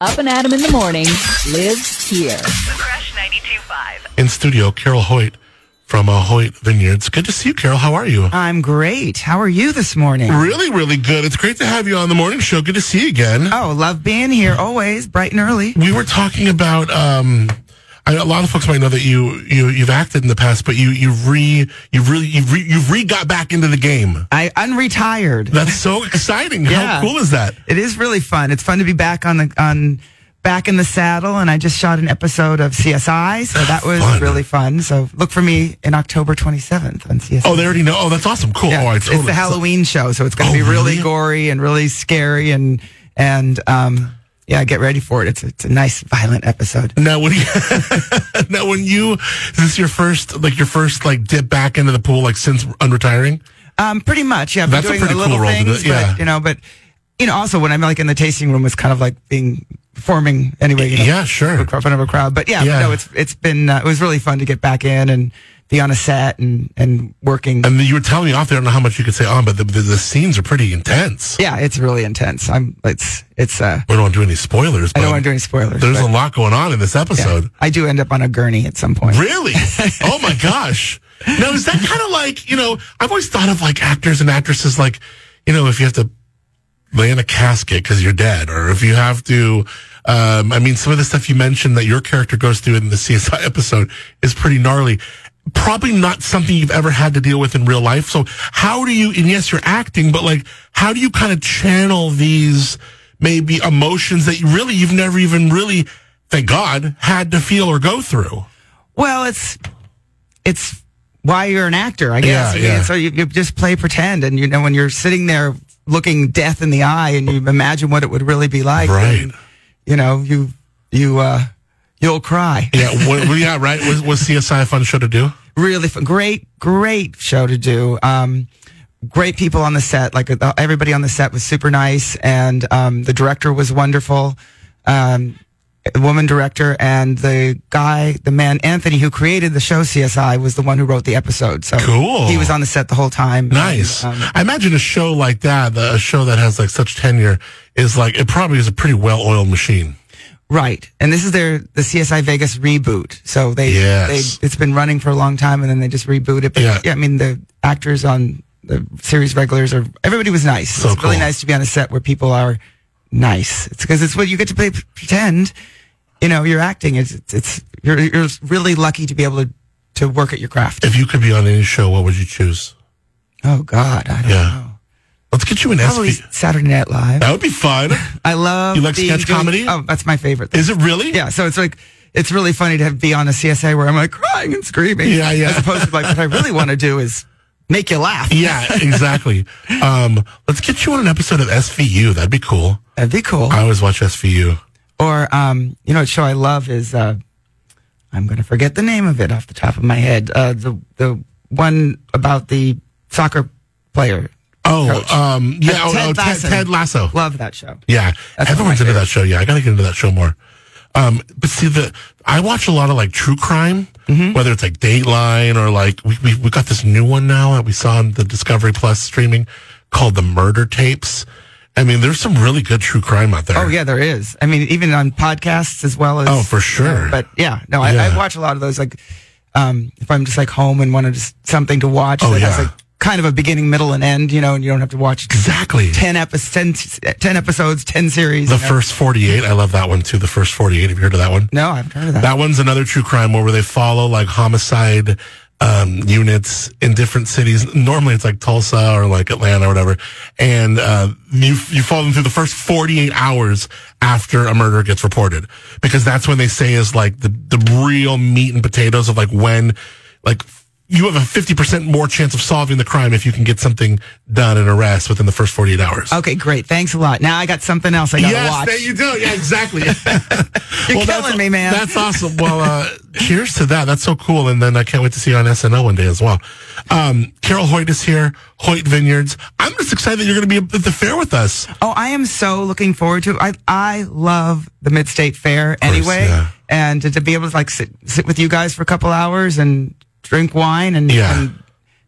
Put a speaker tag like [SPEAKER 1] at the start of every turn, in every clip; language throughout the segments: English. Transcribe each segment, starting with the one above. [SPEAKER 1] Up and Adam in the morning lives here.
[SPEAKER 2] Fresh 92.5.
[SPEAKER 3] in studio, Carol Hoyt from uh, Hoyt Vineyards. Good to see you, Carol. How are you?
[SPEAKER 4] I'm great. How are you this morning?
[SPEAKER 3] Really, really good. It's great to have you on the morning show. Good to see you again.
[SPEAKER 4] Oh, love being here always, bright and early.
[SPEAKER 3] We were talking about. Um, I, a lot of folks might know that you you you've acted in the past, but you you re you really you re, you've re got back into the game.
[SPEAKER 4] I unretired.
[SPEAKER 3] That's so exciting. How
[SPEAKER 4] Yeah.
[SPEAKER 3] cool is that?
[SPEAKER 4] It is really fun. It's fun to be back on the on back in the saddle and I just shot an episode of CSI, so that was
[SPEAKER 3] Fun.
[SPEAKER 4] really fun. So look for me in October 27th on CSI.
[SPEAKER 3] Oh, they already know. Oh, that's awesome. Cool.
[SPEAKER 4] Yeah.
[SPEAKER 3] All right,
[SPEAKER 4] it's the Halloween show, so it's going
[SPEAKER 3] Oh,
[SPEAKER 4] to be really,
[SPEAKER 3] really?
[SPEAKER 4] gory and really scary and and um yeah, get ready for it. It's it's a nice violent episode.
[SPEAKER 3] Now when you now when you is this your first like your first like dip back into the pool like since unretiring?
[SPEAKER 4] Um, pretty much, yeah. I've
[SPEAKER 3] That's a
[SPEAKER 4] been doing
[SPEAKER 3] pretty
[SPEAKER 4] the little
[SPEAKER 3] cool role to do,
[SPEAKER 4] things,
[SPEAKER 3] yeah.
[SPEAKER 4] but you know, but you know, also when I'm like in the tasting room, it's kind of like being performing anyway. You know,
[SPEAKER 3] Yeah, sure.
[SPEAKER 4] in front of a crowd, but yeah,
[SPEAKER 3] Yeah.
[SPEAKER 4] no, it's it's been uh, it was really fun to get back in and be on a set and and working.
[SPEAKER 3] And you were telling me off there, I don't know how much you could say on, but the, the, the scenes are pretty intense.
[SPEAKER 4] yeah, it's really intense. I'm it's it's uh,
[SPEAKER 3] We don't want to do any spoilers. But
[SPEAKER 4] I don't want to do any spoilers.
[SPEAKER 3] There's
[SPEAKER 4] but,
[SPEAKER 3] a lot going on in this
[SPEAKER 4] yeah.
[SPEAKER 3] episode.
[SPEAKER 4] I do end up on a gurney at some point.
[SPEAKER 3] Really? oh my gosh. Now, is that kind of like, you know, I've always thought of like actors and actresses like, you know, if you have to lay in a casket because you're dead, or if you have to, um, I mean, some of the stuff you mentioned that your character goes through in the CSI episode is pretty gnarly. Probably not something you've ever had to deal with in real life. So, how do you, and yes, you're acting, but like, how do you kind of channel these maybe emotions that you really, you've never even really, thank God, had to feel or go through?
[SPEAKER 4] Well, it's it's why you're an actor, I guess.
[SPEAKER 3] Yeah,
[SPEAKER 4] I mean,
[SPEAKER 3] yeah.
[SPEAKER 4] So you, you just play pretend, and you know when you're sitting there looking death in the eye, and you imagine what it would really be like.
[SPEAKER 3] Right.
[SPEAKER 4] then, you know, you you uh, you'll cry.
[SPEAKER 3] Yeah, what, well, yeah, right. Was, was CSI a fun show to do?
[SPEAKER 4] Really fun. great, great show to do. Um, great people on the set. Like uh, everybody on the set was super nice, and um, the director was wonderful. Um, a woman director and the guy, the man Anthony, who created the show CSI, was the one who wrote the episode. So
[SPEAKER 3] Cool.
[SPEAKER 4] He was on the set the whole time.
[SPEAKER 3] Nice.
[SPEAKER 4] And, um,
[SPEAKER 3] I imagine a show like that, the, a show that has like such tenure, is like it probably is a pretty well-oiled machine.
[SPEAKER 4] right. And this is their the CSI Vegas reboot. So they,
[SPEAKER 3] Yes.
[SPEAKER 4] they it's been running for a long time, and then they just reboot it. But
[SPEAKER 3] Yeah.
[SPEAKER 4] yeah, I mean the actors on the series regulars are everybody was nice.
[SPEAKER 3] So
[SPEAKER 4] it's really
[SPEAKER 3] cool.
[SPEAKER 4] nice to be on a set where people are nice. It's because it's what you get to play pretend. You know, you're acting. It's it's, it's you're you're really lucky to be able to to work at your craft.
[SPEAKER 3] If you could be on any show, what would you choose?
[SPEAKER 4] Oh God, I don't
[SPEAKER 3] Yeah.
[SPEAKER 4] know.
[SPEAKER 3] Let's get you an
[SPEAKER 4] Probably
[SPEAKER 3] SV.
[SPEAKER 4] Saturday Night Live.
[SPEAKER 3] That would be fun.
[SPEAKER 4] I love.
[SPEAKER 3] You like
[SPEAKER 4] being
[SPEAKER 3] sketch
[SPEAKER 4] doing-
[SPEAKER 3] comedy?
[SPEAKER 4] Oh, that's my favorite. Thing.
[SPEAKER 3] Is it really?
[SPEAKER 4] Yeah, so it's like it's really funny to have, be on a CSA where I'm like crying and screaming.
[SPEAKER 3] Yeah, yeah.
[SPEAKER 4] As opposed to like what I really want to do is make you laugh.
[SPEAKER 3] Yeah, exactly. um, let's get you on an episode of SVU. That'd be cool.
[SPEAKER 4] That'd be cool.
[SPEAKER 3] I always watch SVU.
[SPEAKER 4] or um, you know, a show I love is uh, I'm going to forget the name of it off the top of my head. Uh, the the one about the soccer player.
[SPEAKER 3] Oh,
[SPEAKER 4] Coach.
[SPEAKER 3] um, yeah.
[SPEAKER 4] Uh,
[SPEAKER 3] oh, oh, Ted, Ted Lasso.
[SPEAKER 4] Love that show.
[SPEAKER 3] Yeah,
[SPEAKER 4] That's one of my
[SPEAKER 3] everyone's into that
[SPEAKER 4] favorites.
[SPEAKER 3] show. Yeah, I gotta get into that show more. Um, but see, the I watch a lot of like true crime,
[SPEAKER 4] Mm-hmm.
[SPEAKER 3] whether it's like Dateline or like we, we we got this new one now that we saw on the Discovery Plus streaming called The Murder Tapes. I mean, there's some really good true crime out there.
[SPEAKER 4] Oh yeah, there is. I mean, even on podcasts as well as
[SPEAKER 3] Oh, for sure.
[SPEAKER 4] But yeah, no, I,
[SPEAKER 3] Yeah.
[SPEAKER 4] I watch a lot of those. Like, um, if I'm just like home and want to just something to watch
[SPEAKER 3] Oh,
[SPEAKER 4] that has
[SPEAKER 3] yeah.
[SPEAKER 4] like kind of a beginning, middle, and end, you know, and you don't have to watch
[SPEAKER 3] exactly.
[SPEAKER 4] ten episodes, 10, episodes, ten series.
[SPEAKER 3] the
[SPEAKER 4] you know?
[SPEAKER 3] first 48, I love that one too. The first 48. Have you heard of that one?
[SPEAKER 4] No, I haven't heard of that.
[SPEAKER 3] That one's another true crime one where they follow like homicide um, units in different cities. Normally it's like Tulsa or like Atlanta or whatever. And uh, you, you follow them through the first 48 hours after a murder gets reported because that's when they say is like the, the real meat and potatoes of like when like you have a 50% more chance of solving the crime if you can get something done and arrest within the first 48 hours.
[SPEAKER 4] Okay, great. Thanks a lot. Now I got something else I gotta
[SPEAKER 3] Yes,
[SPEAKER 4] watch.
[SPEAKER 3] there you do. Yeah, exactly. You're
[SPEAKER 4] killing me, man.
[SPEAKER 3] That's awesome. Well, uh, cheers to that. That's so cool. And then I can't wait to see you on SNL one day as well. Um, Carol Hoyt is here, Hoyt Vineyards. I'm just excited that you're going to be at the fair with us.
[SPEAKER 4] Oh, I am so looking forward to it. I, I love the Mid State Fair anyway.
[SPEAKER 3] yeah.
[SPEAKER 4] And to, to be able to like sit, sit with you guys for a couple hours and drink wine and,
[SPEAKER 3] Yeah.
[SPEAKER 4] and,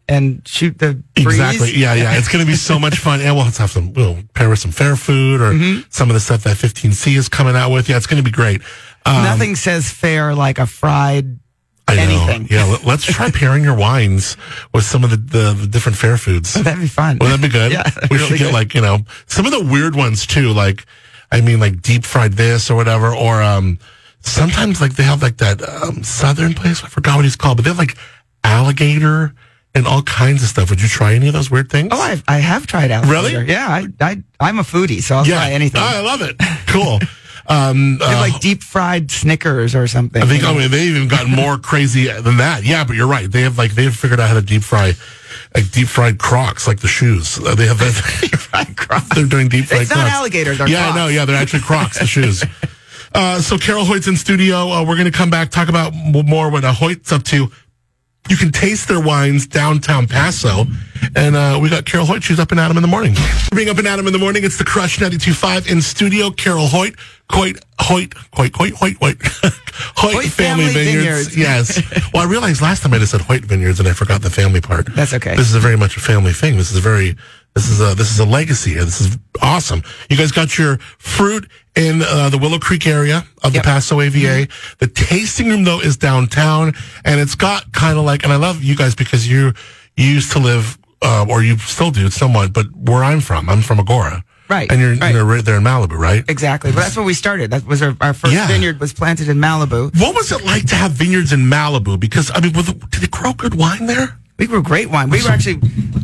[SPEAKER 4] and shoot the breeze.
[SPEAKER 3] Exactly. Yeah, yeah. It's going to be so much fun. And we'll have to have some, we'll pair with some fair food or
[SPEAKER 4] Mm-hmm.
[SPEAKER 3] some of the stuff that 15C is coming out with. Yeah, it's going to be great. Um,
[SPEAKER 4] Nothing says fair like a fried.
[SPEAKER 3] I know.
[SPEAKER 4] anything.
[SPEAKER 3] Yeah, let- let's try pairing your wines with some of the, the, the different fair foods.
[SPEAKER 4] That'd be fun.
[SPEAKER 3] Well, that'd be good.
[SPEAKER 4] Yeah,
[SPEAKER 3] we
[SPEAKER 4] really
[SPEAKER 3] should get
[SPEAKER 4] good.
[SPEAKER 3] like you know some of the weird ones too. Like, I mean, like deep fried this or whatever. Or um, sometimes like they have like that um, southern place. I forgot what it's called, but they have like alligator and all kinds of stuff. Would you try any of those weird things?
[SPEAKER 4] Oh, I, I have tried out.
[SPEAKER 3] Really?
[SPEAKER 4] Yeah, I, I, I'm a foodie, so I'll
[SPEAKER 3] yeah,
[SPEAKER 4] try anything.
[SPEAKER 3] Oh, I love it. Cool. um,
[SPEAKER 4] They're
[SPEAKER 3] uh,
[SPEAKER 4] like deep fried Snickers or something.
[SPEAKER 3] I think
[SPEAKER 4] you
[SPEAKER 3] I
[SPEAKER 4] know?
[SPEAKER 3] mean they even got more crazy than that. Yeah, but you're right. They have like they've figured out how to deep fry, like deep fried Crocs, like the shoes. Uh, They have that. deep fried Crocs. They're doing deep fried.
[SPEAKER 4] It's not
[SPEAKER 3] Crocs.
[SPEAKER 4] alligators, they're
[SPEAKER 3] yeah,
[SPEAKER 4] Crocs.
[SPEAKER 3] no, yeah, they're actually Crocs, the shoes. Uh, so Carol Hoyt's in studio. Uh, we're going to come back talk about m- more what uh, Hoyt's up to. You can taste their wines downtown Paso. And uh, we got Carol Hoyt. She's up and Adam in the morning. Being up and Adam in the morning, it's the Crush 92.5 in studio. Carol Hoyt, Hoyt, Hoyt, Hoyt, Hoyt, Hoyt, Hoyt, Hoyt, Family,
[SPEAKER 4] Family
[SPEAKER 3] Vineyards.
[SPEAKER 4] Vineyards.
[SPEAKER 3] Yes. well, I realized last time I just said Hoyt Vineyards and I forgot the family part.
[SPEAKER 4] That's okay.
[SPEAKER 3] This is a very much a family thing. This is a very this is a this is a legacy here. This is awesome. You guys got your fruit in uh, the Willow Creek area of the
[SPEAKER 4] Yep. Mm-hmm.
[SPEAKER 3] Paso AVA. The tasting room though is downtown, and it's got kind of like. And I love you guys because you you used to live, uh, or you still do somewhat, but where I'm from, I'm from Agora,
[SPEAKER 4] Right,
[SPEAKER 3] And you're
[SPEAKER 4] right.
[SPEAKER 3] you're right there in Malibu, right?
[SPEAKER 4] Exactly. But that's where we started. That was our, our first
[SPEAKER 3] Yeah.
[SPEAKER 4] vineyard was planted in Malibu.
[SPEAKER 3] What was it like to have vineyards in Malibu? Because I mean, with, did it grow good wine there?
[SPEAKER 4] We grew great wine. We were actually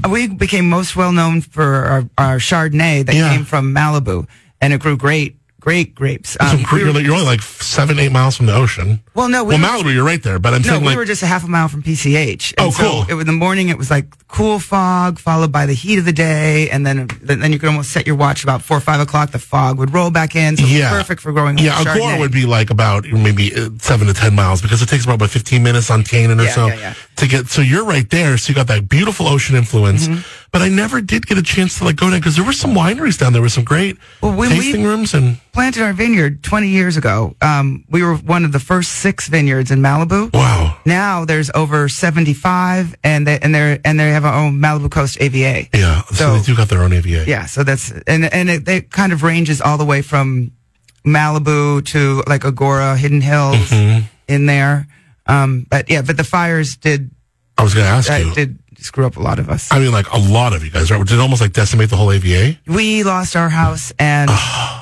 [SPEAKER 4] we became most well known for our, our Chardonnay that
[SPEAKER 3] Yeah.
[SPEAKER 4] came from Malibu, and it grew great, great grapes. Um,
[SPEAKER 3] Some cre-
[SPEAKER 4] we were-
[SPEAKER 3] you're, like- you're only like seven, eight miles from the ocean.
[SPEAKER 4] Well, no, we
[SPEAKER 3] well,
[SPEAKER 4] were-
[SPEAKER 3] Malibu, you're right there, but I'm
[SPEAKER 4] no,
[SPEAKER 3] saying
[SPEAKER 4] we
[SPEAKER 3] like
[SPEAKER 4] were just a half a mile from PCH. And
[SPEAKER 3] Oh, cool.
[SPEAKER 4] So it was in the morning. It was like cool fog, followed by the heat of the day, and then then then you could almost set your watch about four or five o'clock. The fog would roll back in, so it was
[SPEAKER 3] yeah,
[SPEAKER 4] perfect for growing.
[SPEAKER 3] Yeah,
[SPEAKER 4] Chardonnay.
[SPEAKER 3] Agora would be like about maybe uh, seven to ten miles because it takes about, about fifteen minutes on Canaan or
[SPEAKER 4] Yeah,
[SPEAKER 3] so
[SPEAKER 4] yeah, yeah.
[SPEAKER 3] to get. So you're right there. So you got that beautiful ocean influence.
[SPEAKER 4] Mm-hmm.
[SPEAKER 3] But I never did get a chance to like go down because there were some wineries down there with some great
[SPEAKER 4] Well, when we-
[SPEAKER 3] tasting rooms and
[SPEAKER 4] planted our vineyard 20 years ago. Um, we were one of the first six vineyards in Malibu.
[SPEAKER 3] wow,
[SPEAKER 4] Now there's over 75, and they and they and they have our own Malibu Coast AVA.
[SPEAKER 3] yeah. So,
[SPEAKER 4] So-
[SPEAKER 3] they do got their own AVA.
[SPEAKER 4] Yeah, so that's and and it, it kind of ranges all the way from Malibu to like Agora, Hidden Hills
[SPEAKER 3] Mm-hmm.
[SPEAKER 4] in there. Um, but yeah, but the fires did
[SPEAKER 3] I was going to ask
[SPEAKER 4] uh,
[SPEAKER 3] you.
[SPEAKER 4] did screw up a lot of us.
[SPEAKER 3] I mean, like a lot of you guys, right? Did it almost like decimate the whole AVA?
[SPEAKER 4] we lost our house and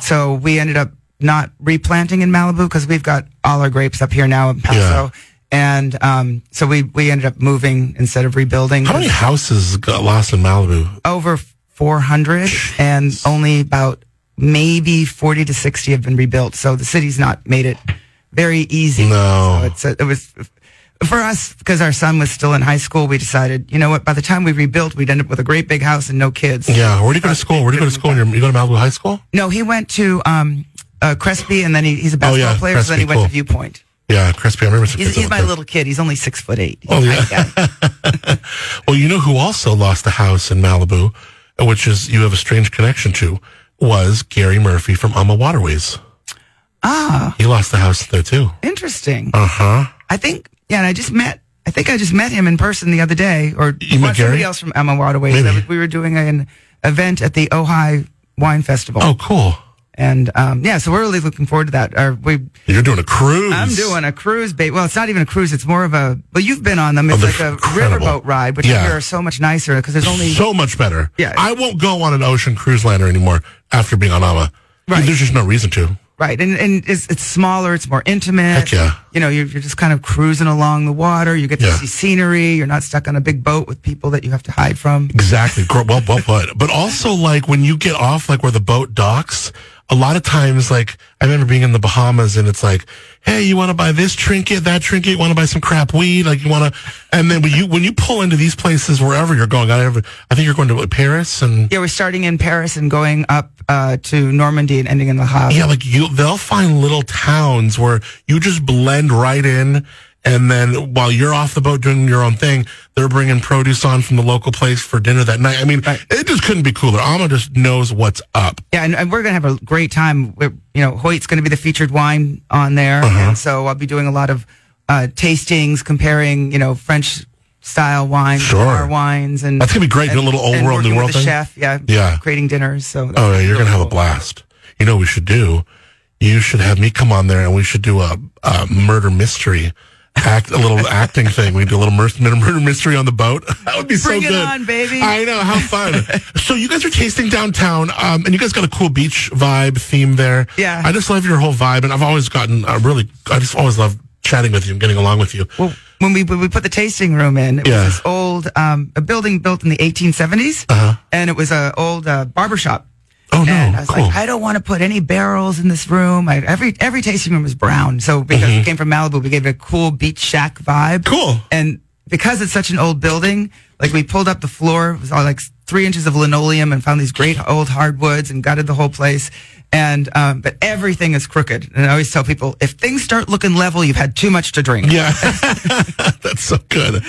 [SPEAKER 4] so we ended up not replanting in Malibu because we've got all our grapes up here now in Paso. And um, so we, we ended up moving instead of rebuilding
[SPEAKER 3] How many houses got lost in Malibu?
[SPEAKER 4] over 400 and only about maybe 40 to 60 have been rebuilt. So the city's not made it very easy.
[SPEAKER 3] No.
[SPEAKER 4] So it's a, it was for us because our son was still in high school. We decided, you know what, by the time we rebuilt, we'd end up with a great big house and no kids.
[SPEAKER 3] Yeah, where do you go to school? Where do you go to school? You're- You go to Malibu High School?
[SPEAKER 4] No, he went to um, uh, Crespi, and then he, he's a basketball
[SPEAKER 3] Oh, yeah,
[SPEAKER 4] player. so
[SPEAKER 3] Crespi,
[SPEAKER 4] then he went
[SPEAKER 3] cool.
[SPEAKER 4] to Viewpoint.
[SPEAKER 3] Yeah, Crespi. I remember some
[SPEAKER 4] He's,
[SPEAKER 3] kids that
[SPEAKER 4] he's
[SPEAKER 3] went
[SPEAKER 4] my
[SPEAKER 3] there.
[SPEAKER 4] little kid. He's only six foot eight.
[SPEAKER 3] Oh, yeah.
[SPEAKER 4] I- I-
[SPEAKER 3] Well, you know who also lost a house in Malibu, which is you have a strange connection to, was Gary Murphy from Ama Waterways. Ah. He lost the house there too.
[SPEAKER 4] Interesting.
[SPEAKER 3] Uh huh.
[SPEAKER 4] I think. Yeah, and I just met. I think I just met him in person the other day, or
[SPEAKER 3] You met Gary?
[SPEAKER 4] somebody else from Emma Waterways.
[SPEAKER 3] Maybe.
[SPEAKER 4] That was- We were doing an event at the Ojai Wine Festival,
[SPEAKER 3] Oh, cool.
[SPEAKER 4] and um, yeah, so we're really looking forward to that. Or we,
[SPEAKER 3] You're doing a cruise.
[SPEAKER 4] I'm doing a cruise, ba- well, it's not even a cruise; it's more of a. Well, you've been on them. It's
[SPEAKER 3] they're
[SPEAKER 4] like a
[SPEAKER 3] incredible.
[SPEAKER 4] riverboat ride, which
[SPEAKER 3] Yeah.
[SPEAKER 4] I hear are so much nicer because there's only
[SPEAKER 3] so much better.
[SPEAKER 4] Yeah.
[SPEAKER 3] I won't go on an ocean cruise liner anymore after being on Ama.
[SPEAKER 4] Right.
[SPEAKER 3] There's just no reason to.
[SPEAKER 4] Right, and and it's, it's smaller, it's more intimate.
[SPEAKER 3] Heck yeah.
[SPEAKER 4] You know, you're, you're just kind of cruising along the water. You get to
[SPEAKER 3] Yeah.
[SPEAKER 4] see scenery. You're not stuck on a big boat with people that you have to hide from.
[SPEAKER 3] Exactly. Gr- Well, well put. But also, like when you get off, like where the boat docks, a lot of times, like I remember being in the Bahamas, and it's like, hey, you want to buy this trinket, that trinket, you want to buy some crap weed, like you want to, and then when you when you pull into these places wherever you're going, I, ever, I think you're going to like, Paris and.
[SPEAKER 4] Yeah, we're starting in Paris and going up uh, to Normandy and ending in Le Havre.
[SPEAKER 3] Yeah, like you, they'll find little towns where you just blend right in. And then while you're off the boat doing your own thing, they're bringing produce on from the local place for dinner that night. I mean,
[SPEAKER 4] Right.
[SPEAKER 3] it just couldn't be cooler. Alma just knows what's up.
[SPEAKER 4] Yeah, and, and we're gonna have a great time. We're, you know, Hoyt's gonna be the featured wine
[SPEAKER 3] Uh-huh.
[SPEAKER 4] on there, and so I'll be doing a lot of uh, tastings, comparing, you know, French style wines,
[SPEAKER 3] Sure.
[SPEAKER 4] bar wines, and
[SPEAKER 3] That's gonna be great, do a little old
[SPEAKER 4] and
[SPEAKER 3] world, new
[SPEAKER 4] working with
[SPEAKER 3] world
[SPEAKER 4] the
[SPEAKER 3] thing.
[SPEAKER 4] chef, yeah,
[SPEAKER 3] Yeah.
[SPEAKER 4] creating dinners. So that's
[SPEAKER 3] Oh yeah, you're
[SPEAKER 4] really
[SPEAKER 3] gonna have a
[SPEAKER 4] cool.
[SPEAKER 3] blast. You know what we should do? You should have me come on there and we should do a, a murder mystery. Act a little acting thing. We do a little mur- murder mystery on the boat. That would be
[SPEAKER 4] Bring
[SPEAKER 3] so
[SPEAKER 4] it
[SPEAKER 3] good,
[SPEAKER 4] on, baby.
[SPEAKER 3] I know how fun. so you guys are tasting downtown, um, and you guys got a cool beach vibe theme there.
[SPEAKER 4] Yeah.
[SPEAKER 3] I just love your whole vibe, and I've always gotten uh, really. I just always love chatting with you and getting along with you.
[SPEAKER 4] Well, when we when we put the tasting room in, it
[SPEAKER 3] Yeah.
[SPEAKER 4] was this old um, a building built in the 1870s,
[SPEAKER 3] Uh-huh.
[SPEAKER 4] and it was an old uh, barber shop.
[SPEAKER 3] Oh, no.
[SPEAKER 4] And I was
[SPEAKER 3] Cool.
[SPEAKER 4] like, I don't want to put any barrels in this room. I, every every tasting room was brown, so because we came from Malibu, we gave it a cool beach shack vibe.
[SPEAKER 3] Mm-hmm. Cool.
[SPEAKER 4] And because it's such an old building, like we pulled up the floor, it was all like three inches of linoleum, and found these great old hardwoods and gutted the whole place. And um, but everything is crooked. And I always tell people, if things start looking level, you've had too much to drink.
[SPEAKER 3] Yeah, that's so good.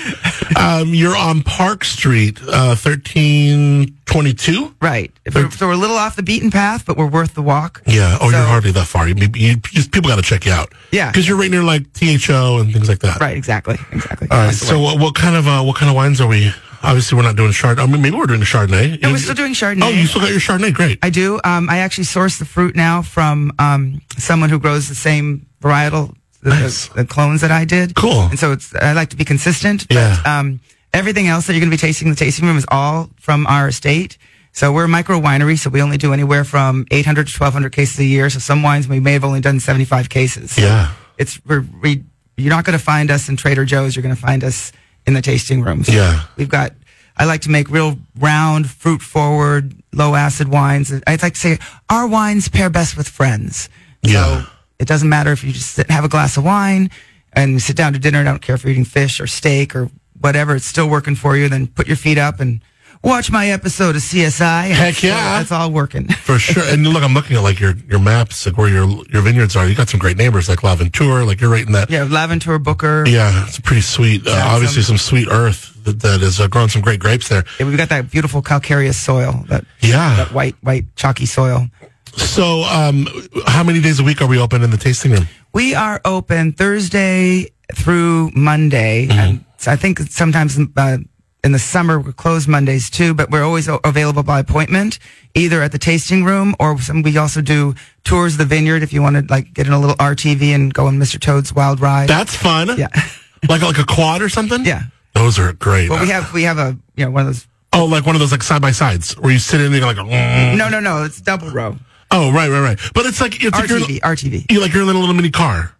[SPEAKER 3] Um, you're on Park Street, uh, thirteen twenty-two.
[SPEAKER 4] Right. If we're- so we're a little off the beaten path, but we're worth the walk.
[SPEAKER 3] Yeah. Oh,
[SPEAKER 4] So-
[SPEAKER 3] you're hardly that far. You, you just people got to check you out.
[SPEAKER 4] Yeah.
[SPEAKER 3] Because you're right near like THO and things like that.
[SPEAKER 4] Right. Exactly. Exactly.
[SPEAKER 3] All right. So what, what kind of uh, what kind of wines are we? Obviously, we're not doing Chardonnay. I mean, maybe we're doing Chardonnay.
[SPEAKER 4] No, we're still doing Chardonnay.
[SPEAKER 3] Oh, you still got your Chardonnay. Great.
[SPEAKER 4] I do. Um, I actually source the fruit now from um, someone who grows the same varietal, the, the-
[SPEAKER 3] Nice.
[SPEAKER 4] the clones that I did.
[SPEAKER 3] Cool.
[SPEAKER 4] And so it's I like to be consistent.
[SPEAKER 3] Yeah.
[SPEAKER 4] But, um, everything else that you're going to be tasting in the tasting room is all from our estate. So we're a micro winery, so we only do anywhere from 800 to 1,200 cases a year. So some wines we may have only done 75 cases. So
[SPEAKER 3] Yeah.
[SPEAKER 4] It's we're, we. You're not going to find us in Trader Joe's. You're going to find us in the tasting rooms.
[SPEAKER 3] Yeah.
[SPEAKER 4] We've got, I like to make real round, fruit forward, low acid wines. I like to say our wines pair best with friends.
[SPEAKER 3] Yeah.
[SPEAKER 4] So it doesn't matter if you just sit and have a glass of wine and sit down to dinner. I don't care if you're eating fish or steak or whatever. It's still working for you. Then put your feet up and watch my episode of CSI. And
[SPEAKER 3] Heck
[SPEAKER 4] it's-
[SPEAKER 3] yeah.
[SPEAKER 4] That's all working.
[SPEAKER 3] For sure. And look, I'm looking at like your your maps, like where your your vineyards are. You got some great neighbors, like La Ventura. Like you're right in that.
[SPEAKER 4] Yeah. Lavender Booker.
[SPEAKER 3] Yeah, it's pretty sweet. Uh, obviously, some sweet earth that, that has uh, grown some great grapes there.
[SPEAKER 4] Yeah, we've got that beautiful calcareous soil, that,
[SPEAKER 3] Yeah.
[SPEAKER 4] that white, white, chalky soil.
[SPEAKER 3] So, um, how many days a week are we open in the tasting room?
[SPEAKER 4] We are open Thursday through Monday.
[SPEAKER 3] Mm-hmm.
[SPEAKER 4] And so I think sometimes uh, in the summer we're closed Mondays too, but we're always o- available by appointment, either at the tasting room or some, we also do tours of the vineyard if you want to like get in a little RTV and go on Mr. Toad's wild ride.
[SPEAKER 3] That's fun.
[SPEAKER 4] Yeah.
[SPEAKER 3] like like a quad or something.
[SPEAKER 4] Yeah.
[SPEAKER 3] Those are great.
[SPEAKER 4] but we have we have a you know one of those.
[SPEAKER 3] oh, like one of those like side by sides where you sit in and you're like, mm.
[SPEAKER 4] No, no, no. It's double row.
[SPEAKER 3] oh, right, right, right. But it's like it's like you're,
[SPEAKER 4] RTV. RTV.
[SPEAKER 3] you like you're in a little mini car.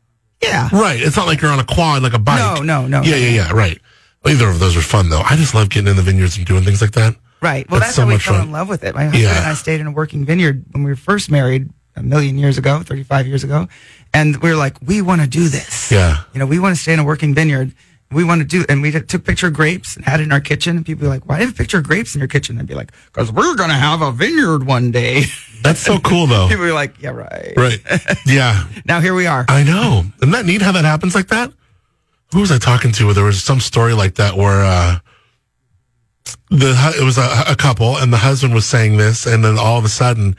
[SPEAKER 4] Yeah.
[SPEAKER 3] Right. It's not like you're on a quad like a bike.
[SPEAKER 4] No, no, no,
[SPEAKER 3] Yeah,
[SPEAKER 4] no.
[SPEAKER 3] yeah, yeah. Right. Either of those are fun though. I just love getting in the vineyards and doing things like that.
[SPEAKER 4] Right. Well,
[SPEAKER 3] That's
[SPEAKER 4] that's,
[SPEAKER 3] so
[SPEAKER 4] how we
[SPEAKER 3] much
[SPEAKER 4] fell
[SPEAKER 3] fun.
[SPEAKER 4] in love with it. My husband
[SPEAKER 3] Yeah.
[SPEAKER 4] and I stayed in a working vineyard when we were first married a million years ago, 35 years ago. And we were like, we want to do this.
[SPEAKER 3] Yeah.
[SPEAKER 4] You know, we want to stay in a working vineyard. We want to do, and we took picture of grapes and had it in our kitchen. And people were like, why do you have a picture of grapes in your kitchen? I'd be like, because we're going to have a vineyard one day.
[SPEAKER 3] That's so cool though.
[SPEAKER 4] people were like, yeah, right.
[SPEAKER 3] right. Yeah.
[SPEAKER 4] Now here we are.
[SPEAKER 3] I know. Isn't that neat how that happens like that? Who was I talking to? There was some story like that where uh, the hu- it was a, a couple and the husband was saying this, and then all of a sudden,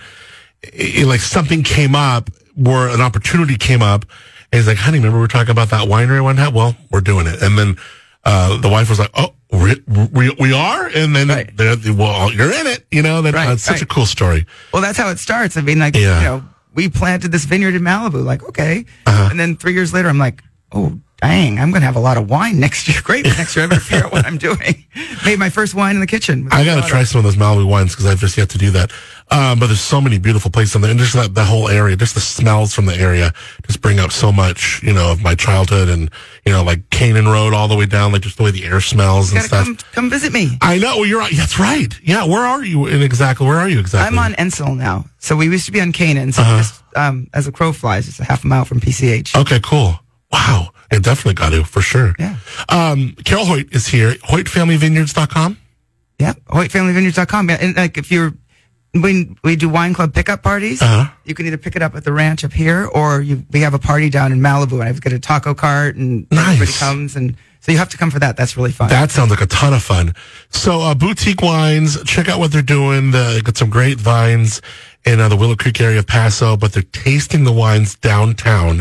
[SPEAKER 3] it, it- like something came up where an opportunity came up. And he's like, "Honey, remember we were talking about that winery one time? Well, we're doing it." And then uh, the wife was like, "Oh, we we, we are," and then
[SPEAKER 4] Right.
[SPEAKER 3] they're, well, you're in it. You know, that,
[SPEAKER 4] Right,
[SPEAKER 3] that's such a
[SPEAKER 4] right.
[SPEAKER 3] cool story.
[SPEAKER 4] Well, that's how it starts. I mean, like,
[SPEAKER 3] Yeah.
[SPEAKER 4] you know, we planted this vineyard in Malibu, like, okay.
[SPEAKER 3] Uh-huh.
[SPEAKER 4] And then three years later, I'm like, oh, dang, I'm going to have a lot of wine next year, grapes next year. I better figure out what I'm doing. Made my first wine in the kitchen. with
[SPEAKER 3] I
[SPEAKER 4] a
[SPEAKER 3] gotta
[SPEAKER 4] lot
[SPEAKER 3] try some of those Malibu wines because I've just yet to do that. Um, but there's so many beautiful places on there, and just that the whole area, just the smells from the area, just bring up so much, you know, of my childhood, and you know, like Canaan Road all the way down, like just the way the air smells
[SPEAKER 4] of-
[SPEAKER 3] and
[SPEAKER 4] Gotta
[SPEAKER 3] stuff.
[SPEAKER 4] come, come visit me.
[SPEAKER 3] I know. Well, you're right. That's right. Yeah. Where are you in exactly? Where are you exactly?
[SPEAKER 4] I'm on Ensel now. So we used to be on Canaan. So
[SPEAKER 3] Uh-huh.
[SPEAKER 4] just um, as a crow flies, just a half a mile from PCH.
[SPEAKER 3] Okay. Cool. Wow. I definitely got to for sure.
[SPEAKER 4] Yeah.
[SPEAKER 3] Um, Carol Hoyt is here. HoytFamilyVineyards.com.
[SPEAKER 4] Yeah, HoytFamilyVineyards.com. Yeah, and like if you're when we do wine club pickup parties,
[SPEAKER 3] Uh-huh.
[SPEAKER 4] you can either pick it up at the ranch up here, or you, we have a party down in Malibu, and I've got a taco cart, and everybody
[SPEAKER 3] Nice.
[SPEAKER 4] comes, and so you have to come for that. That's really fun.
[SPEAKER 3] That sounds like a ton of fun. So, uh, boutique wines, check out what they're doing. The, they got some great vines in uh, the Willow Creek area of Paso, but they're tasting the wines downtown,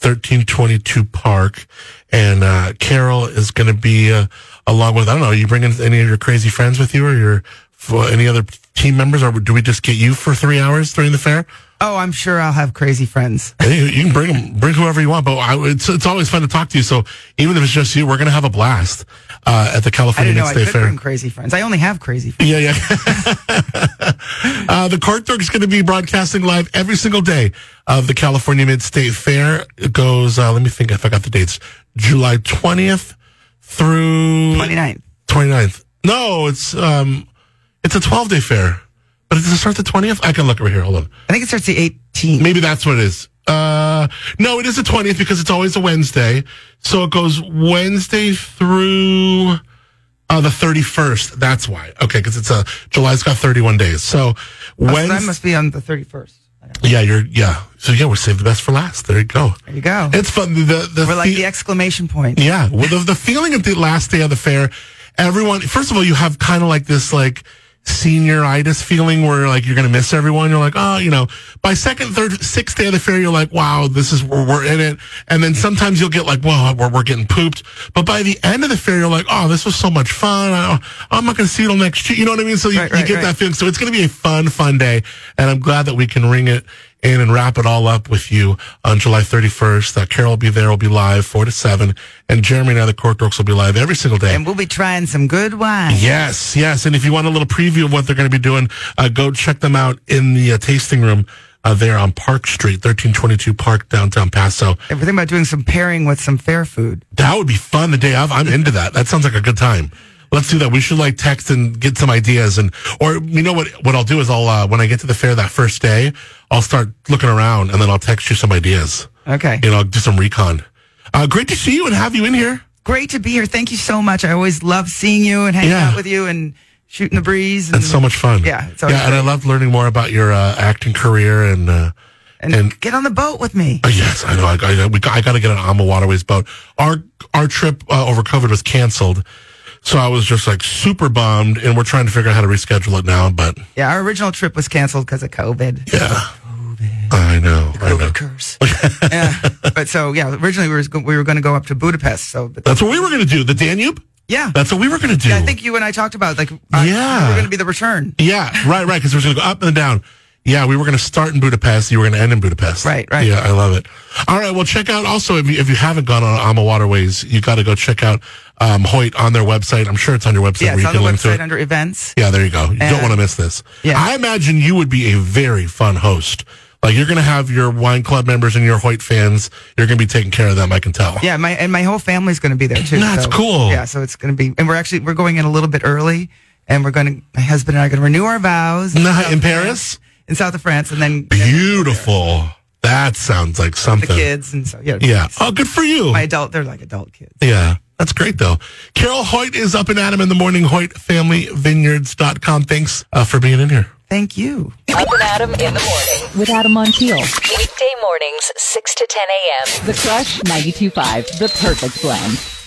[SPEAKER 3] 1322 Park. And uh, Carol is going to be uh, along with I don't know. Are you bringing any of your crazy friends with you, or your for any other team members, or do we just get you for three hours during the fair?
[SPEAKER 4] Oh, I'm sure I'll have crazy friends.
[SPEAKER 3] Hey, you can bring 'em- bring whoever you want, but I, it's it's always fun to talk to you. So even if it's just you, we're gonna have a blast uh, at the
[SPEAKER 4] I
[SPEAKER 3] California
[SPEAKER 4] don't know. I
[SPEAKER 3] Next Day
[SPEAKER 4] could
[SPEAKER 3] Fair.
[SPEAKER 4] bring crazy friends. I only have crazy friends.
[SPEAKER 3] Yeah, yeah. uh, the Court Dork is going to be broadcasting live every single day of the California Mid State Fair. It goes, uh, let me think if I got the dates, July 20th through
[SPEAKER 4] 29th.
[SPEAKER 3] 29th. No, it's um, it's a 12 day fair, but does it start the 20th? I can look over here. Hold on.
[SPEAKER 4] I think it starts the 18th.
[SPEAKER 3] Maybe that's what it is. Uh, no, it is the 20th because it's always a Wednesday. So it goes Wednesday through uh, the 31st. That's why. Okay, because it's a July's got 31 days. So
[SPEAKER 4] So
[SPEAKER 3] Wednesday.
[SPEAKER 4] that must be on the 31st.
[SPEAKER 3] yeah, you're, yeah. So yeah, we're saving the best for last. There you go.
[SPEAKER 4] There you go.
[SPEAKER 3] It's fun. The, the,
[SPEAKER 4] We're like
[SPEAKER 3] the-
[SPEAKER 4] the exclamation point.
[SPEAKER 3] yeah, well, the, the feeling of the last day of the fair, everyone. First of all, you have kind of like this like senioritis feeling where like you're gonna miss everyone. You're like, oh, you know. By second, third, sixth day of the fair, you're like, wow, this is we're, we're in it. And then sometimes you'll get like, whoa, we're, we're getting pooped. But by the end of the fair, you're like, oh, this was so much fun. I, I'm not gonna see you till next year. You know what I mean? So you,
[SPEAKER 4] Right,
[SPEAKER 3] you
[SPEAKER 4] right,
[SPEAKER 3] get
[SPEAKER 4] right.
[SPEAKER 3] that feeling. So it's gonna be a fun, fun day, and I'm glad that we can ring it in and wrap it all up with you on July 31st. Uh, Carol will be there. will be live 4 to 7. And Jeremy and I, the Court Dorks, will be live every single day.
[SPEAKER 4] And we'll be trying some good wine.
[SPEAKER 3] yes, yes. And if you want a little preview of what they're going to be doing, uh, go check them out in the uh, tasting room uh, there on Park Street, 1322 Park, downtown Paso.
[SPEAKER 4] If we're thinking about doing some pairing with some fair food.
[SPEAKER 3] That would be fun the day of. I'm into that. That sounds like a good time. Let's do that. We should like text and get some ideas and, or you know what, what I'll do is I'll, uh, when I get to the fair that first day, I'll start looking around and then I'll text you some ideas.
[SPEAKER 4] Okay.
[SPEAKER 3] You know, I'll do some recon. Uh, great to see you and have you in here.
[SPEAKER 4] Great to be here. Thank you so much. I always love seeing you and hanging
[SPEAKER 3] Yeah.
[SPEAKER 4] out with you and shooting the breeze. And,
[SPEAKER 3] That's so much fun.
[SPEAKER 4] Yeah, it's
[SPEAKER 3] Yeah.
[SPEAKER 4] always
[SPEAKER 3] And I love learning more about your, uh, acting career and, uh,
[SPEAKER 4] and,
[SPEAKER 3] and-
[SPEAKER 4] get on the boat with me.
[SPEAKER 3] Uh, yes, I know. I, I, we, I got to get on Amma Waterways boat. Our our trip uh, over COVID was canceled, so I was just like super bummed, and we're trying to figure out how to reschedule it now. But
[SPEAKER 4] Yeah, our original trip was canceled because of COVID.
[SPEAKER 3] yeah, I know, I know.
[SPEAKER 4] COVID curse. yeah. But so yeah, originally we were go- we were going to go up to Budapest. So but,
[SPEAKER 3] That's what we were gonna do. The Danube.
[SPEAKER 4] yeah.
[SPEAKER 3] That's what we were gonna do.
[SPEAKER 4] Yeah, I think you and I talked about like uh,
[SPEAKER 3] Yeah.
[SPEAKER 4] we're going to be the return.
[SPEAKER 3] Yeah, right, right. Because we're going to go up and down. Yeah, we were going to start in Budapest. You were going to end in Budapest.
[SPEAKER 4] Right, right.
[SPEAKER 3] Yeah, I love it. All right. Well, check out also if you, if you haven't gone on Ama Waterways, you got to go check out um, Hoyt on their website. I'm sure it's on your website
[SPEAKER 4] Yeah,
[SPEAKER 3] where you
[SPEAKER 4] it's on
[SPEAKER 3] can
[SPEAKER 4] the
[SPEAKER 3] link to
[SPEAKER 4] website
[SPEAKER 3] it.
[SPEAKER 4] under events.
[SPEAKER 3] Yeah, there you go. You don't
[SPEAKER 4] And-
[SPEAKER 3] want to miss this.
[SPEAKER 4] Yeah.
[SPEAKER 3] I imagine you would be a very fun host. Like you're going to have your wine club members and your Hoyt fans. You're going to be taking care of them. I can tell.
[SPEAKER 4] Yeah, my and my whole family's going to be there too.
[SPEAKER 3] That's
[SPEAKER 4] so-
[SPEAKER 3] cool.
[SPEAKER 4] Yeah, so it's going to be, and we're actually we're going in a little bit early, and we're going to my husband and I are going to renew our vows
[SPEAKER 3] Nah,
[SPEAKER 4] South
[SPEAKER 3] in
[SPEAKER 4] of
[SPEAKER 3] Paris?
[SPEAKER 4] France- in south of France, and then
[SPEAKER 3] Beautiful. That sounds like
[SPEAKER 4] the
[SPEAKER 3] something.
[SPEAKER 4] kids, and so yeah,
[SPEAKER 3] Yeah.
[SPEAKER 4] it's-
[SPEAKER 3] Oh, good for you.
[SPEAKER 4] my adult they're like adult kids.
[SPEAKER 3] Yeah. That's great, though. Carol Hoyt is up and at 'em in the morning. HoytFamilyVineyards.com. Thanks uh, for being in here.
[SPEAKER 4] Thank you.
[SPEAKER 5] Up and Adam in the morning.
[SPEAKER 1] with Adam Montiel.
[SPEAKER 5] Weekday mornings, 6 to 10 a.m.
[SPEAKER 1] The Crush 92.5, the perfect blend.